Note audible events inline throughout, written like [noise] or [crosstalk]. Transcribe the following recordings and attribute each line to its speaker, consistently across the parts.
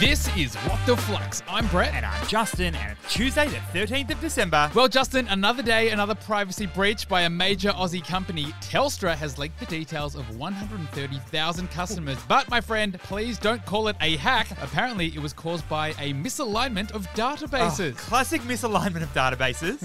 Speaker 1: This is What the Flux. I'm Brett.
Speaker 2: And I'm Justin, and it's Tuesday, the 13th of December.
Speaker 1: Well, Justin, another day, another privacy breach by a major Aussie company. Telstra has leaked the details of 130,000 customers. But, my friend, please don't call it a hack. Apparently, it was caused by a misalignment of databases.
Speaker 2: Oh, classic misalignment of databases.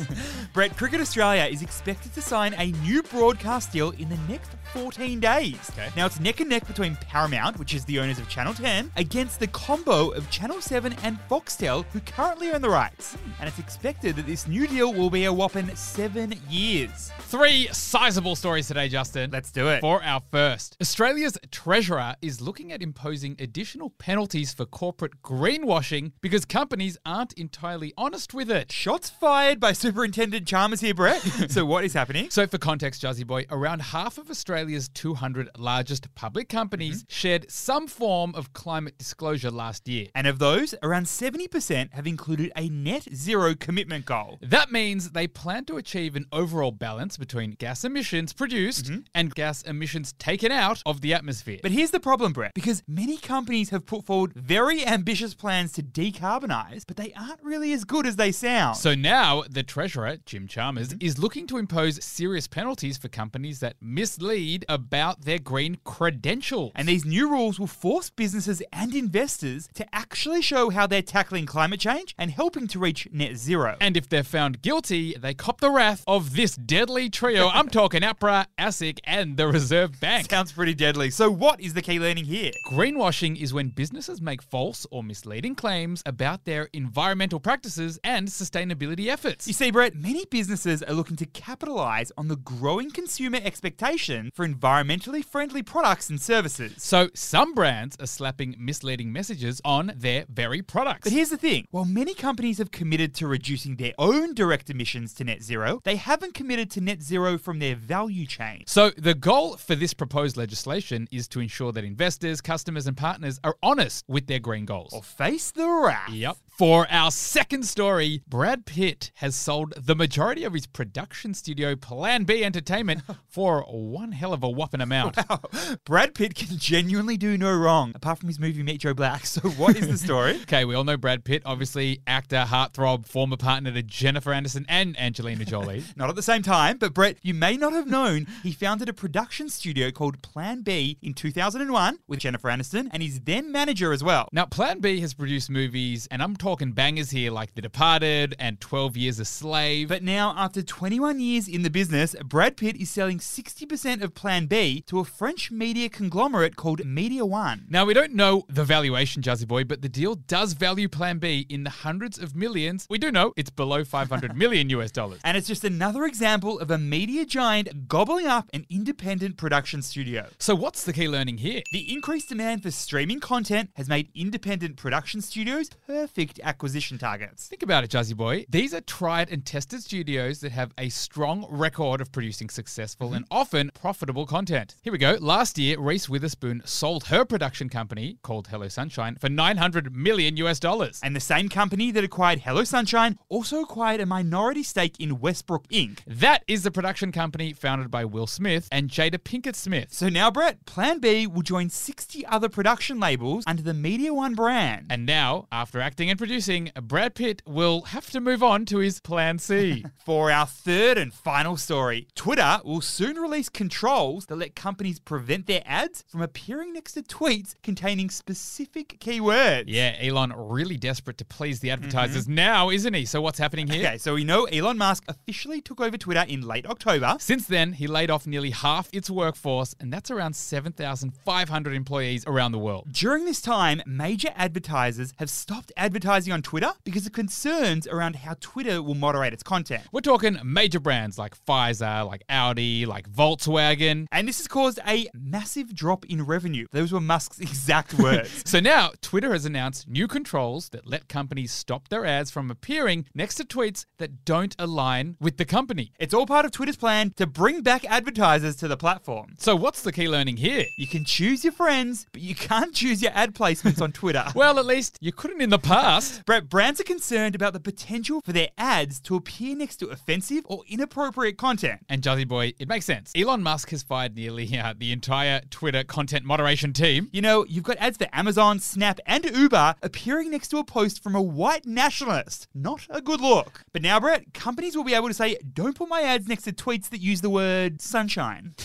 Speaker 2: Brett, Cricket Australia is expected to sign a new broadcast deal in the next 14 days.
Speaker 1: Okay.
Speaker 2: Now, it's neck and neck between Paramount, which is the owners of Channel 10, against the combo of Channel 7 and Foxtel, who currently own the rights. And it's expected that this new deal will be a whopping seven years.
Speaker 1: Three sizable stories today, Justin.
Speaker 2: Oh. Let's do it.
Speaker 1: For our first, Australia's Treasurer is looking at imposing additional penalties for corporate greenwashing because companies aren't entirely honest with it.
Speaker 2: Shots fired by Superintendent Chalmers here, Brett. so, what is happening?
Speaker 1: So, for context, Jazzy Boy, around half of Australia's 200 largest public
Speaker 2: Mm-hmm.
Speaker 1: companies shared some form of climate disclosure last year.
Speaker 2: And of those, around 70% have included a net zero commitment goal.
Speaker 1: That means they plan to achieve an overall balance between gas emissions produced and gas emissions taken out of the atmosphere.
Speaker 2: Mm-hmm. But here's the problem, Brett, because many companies have put forward very ambitious plans to decarbonize, but they aren't really as good as they sound.
Speaker 1: So now the Treasurer, Jim Chalmers,
Speaker 2: Mm-hmm.
Speaker 1: is looking to impose serious penalties for companies that mislead about their green credentials.
Speaker 2: and these new rules will force businesses and investors to actually show how they're tackling climate change and helping to reach net zero.
Speaker 1: And if they're found guilty, they cop the wrath of this deadly trio. I'm talking APRA, ASIC, and the Reserve Bank.
Speaker 2: Sounds pretty deadly. So, what is the key learning here?
Speaker 1: Greenwashing is when businesses make false or misleading claims about their environmental practices and sustainability efforts.
Speaker 2: You see, Brett, many businesses are looking to capitalize on the growing consumer expectation for environmentally friendly products and services.
Speaker 1: So some brands are slapping misleading messages on their very products.
Speaker 2: But here's the thing while many companies have committed to reducing their own direct emissions to net zero, they haven't committed to net zero from their value chain.
Speaker 1: So, the goal for this proposed legislation is to ensure that investors, customers, and partners are honest with their green goals.
Speaker 2: Or face the wrath.
Speaker 1: Yep. For our second story, Brad Pitt has sold the majority of his production studio Plan B Entertainment for one hell of a whopping amount.
Speaker 2: [laughs] Brad Pitt can genuinely do no wrong, apart from his movie Meet Joe Black. [laughs] So, what is the
Speaker 1: [laughs]
Speaker 2: story?
Speaker 1: Okay, we all know Brad Pitt, obviously actor, heartthrob, former partner to Jennifer Anderson and Angelina Jolie.
Speaker 2: Not at the same time, but Brett, you may not have known he founded a production studio called Plan B in 2001 with Jennifer Aniston and his then manager as well.
Speaker 1: Now, Plan B has produced movies, and I'm talking bangers here like The Departed and 12 Years a Slave.
Speaker 2: But now, after 21 years in the business, Brad Pitt is selling 60% of Plan B to a French media conglomerate called Media One.
Speaker 1: Now, we don't know the valuation, Jazzy Boy, but the deal does value Plan B in the hundreds of millions. We do know it's below 500 million US dollars.
Speaker 2: And it's just another example of a media giant gobbling up an independent production studio.
Speaker 1: So, what's the key learning here?
Speaker 2: The increased demand for streaming content has made independent production studios perfect acquisition targets.
Speaker 1: Think about it, Jazzy Boy. These are tried and tested studios that have a strong record of producing successful and often profitable content. Here we go. Last year, Reese Witherspoon sold her production company called Hello Sunshine for 900 million US dollars.
Speaker 2: And the same company that acquired Hello Sunshine also acquired a minority stake in Westbrook Inc.
Speaker 1: That is the production company founded by Will Smith and Jada Pinkett Smith.
Speaker 2: So now, Brett, Plan B will join 60 other production labels under the Media One brand.
Speaker 1: And now, after acting and producing, Brad Pitt will have to move on to his Plan C.
Speaker 2: For our third and final story, Twitter will soon release controls that let companies prevent their ads from appearing next to tweets containing specific keywords.
Speaker 1: yeah, Elon really desperate to please the advertisers now, isn't he? So, what's happening here?
Speaker 2: Okay, so we know Elon Musk officially took over Twitter in late October.
Speaker 1: Since then, he laid off nearly half its workforce, and that's around 7,500 employees around the world.
Speaker 2: During this time, major advertisers have stopped advertising on Twitter because of concerns around how Twitter will moderate its content.
Speaker 1: We're talking major brands like Pfizer, like Audi, like Volkswagen.
Speaker 2: And this has caused a massive drop in revenue. Those were Musk's [laughs] exact
Speaker 1: [laughs]
Speaker 2: words.
Speaker 1: So now, Twitter has announced new controls that let companies stop their ads from appearing next to tweets that don't align with the company.
Speaker 2: it's all part of Twitter's plan to bring back advertisers to the platform.
Speaker 1: So, what's the key learning here?
Speaker 2: You can choose your friends, but you can't choose your ad placements on Twitter.
Speaker 1: Well, at least you couldn't in the asked,
Speaker 2: Brett, brands are concerned about the potential for their ads to appear next to offensive or inappropriate content.
Speaker 1: and Jazzy Boy, it makes sense. Elon Musk has fired nearly uh, the entire Twitter content moderation team.
Speaker 2: You know, you've got ads for Amazon, Snap, and Uber appearing next to a post from a white nationalist. Not a good look. But now, Brett, companies will be able to say, don't put my ads next to tweets that use the word sunshine.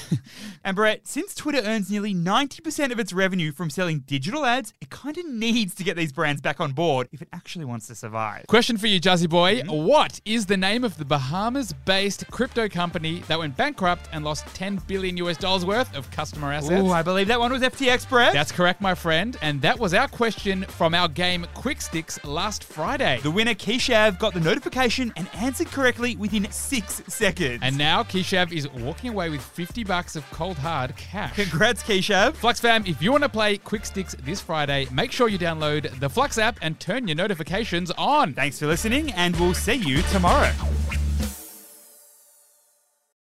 Speaker 2: and Brett, since Twitter earns nearly 90% of its revenue from selling digital ads, it kind of needs to get these brands back on board if it actually wants to survive.
Speaker 1: Question for you, Jazzy Boy.
Speaker 2: Mm-hmm.
Speaker 1: What is the name of the Bahamas based crypto company that went bankrupt and lost 10 billion US dollars worth of customer assets?
Speaker 2: Ooh, I believe that one was FTX, Brett.
Speaker 1: That's correct, my friend. And that was our question from our game Quick Sticks last Friday.
Speaker 2: the winner, Keishav, got the notification and answered correctly within six seconds.
Speaker 1: And now Kishav is walking away with 50 bucks of cold hard cash.
Speaker 2: congrats, Keishav.
Speaker 1: Flux fam, if you want to play Quick Sticks this Friday, make sure you download the Flux app and turn your notifications on.
Speaker 2: Thanks for listening, and we'll see you tomorrow.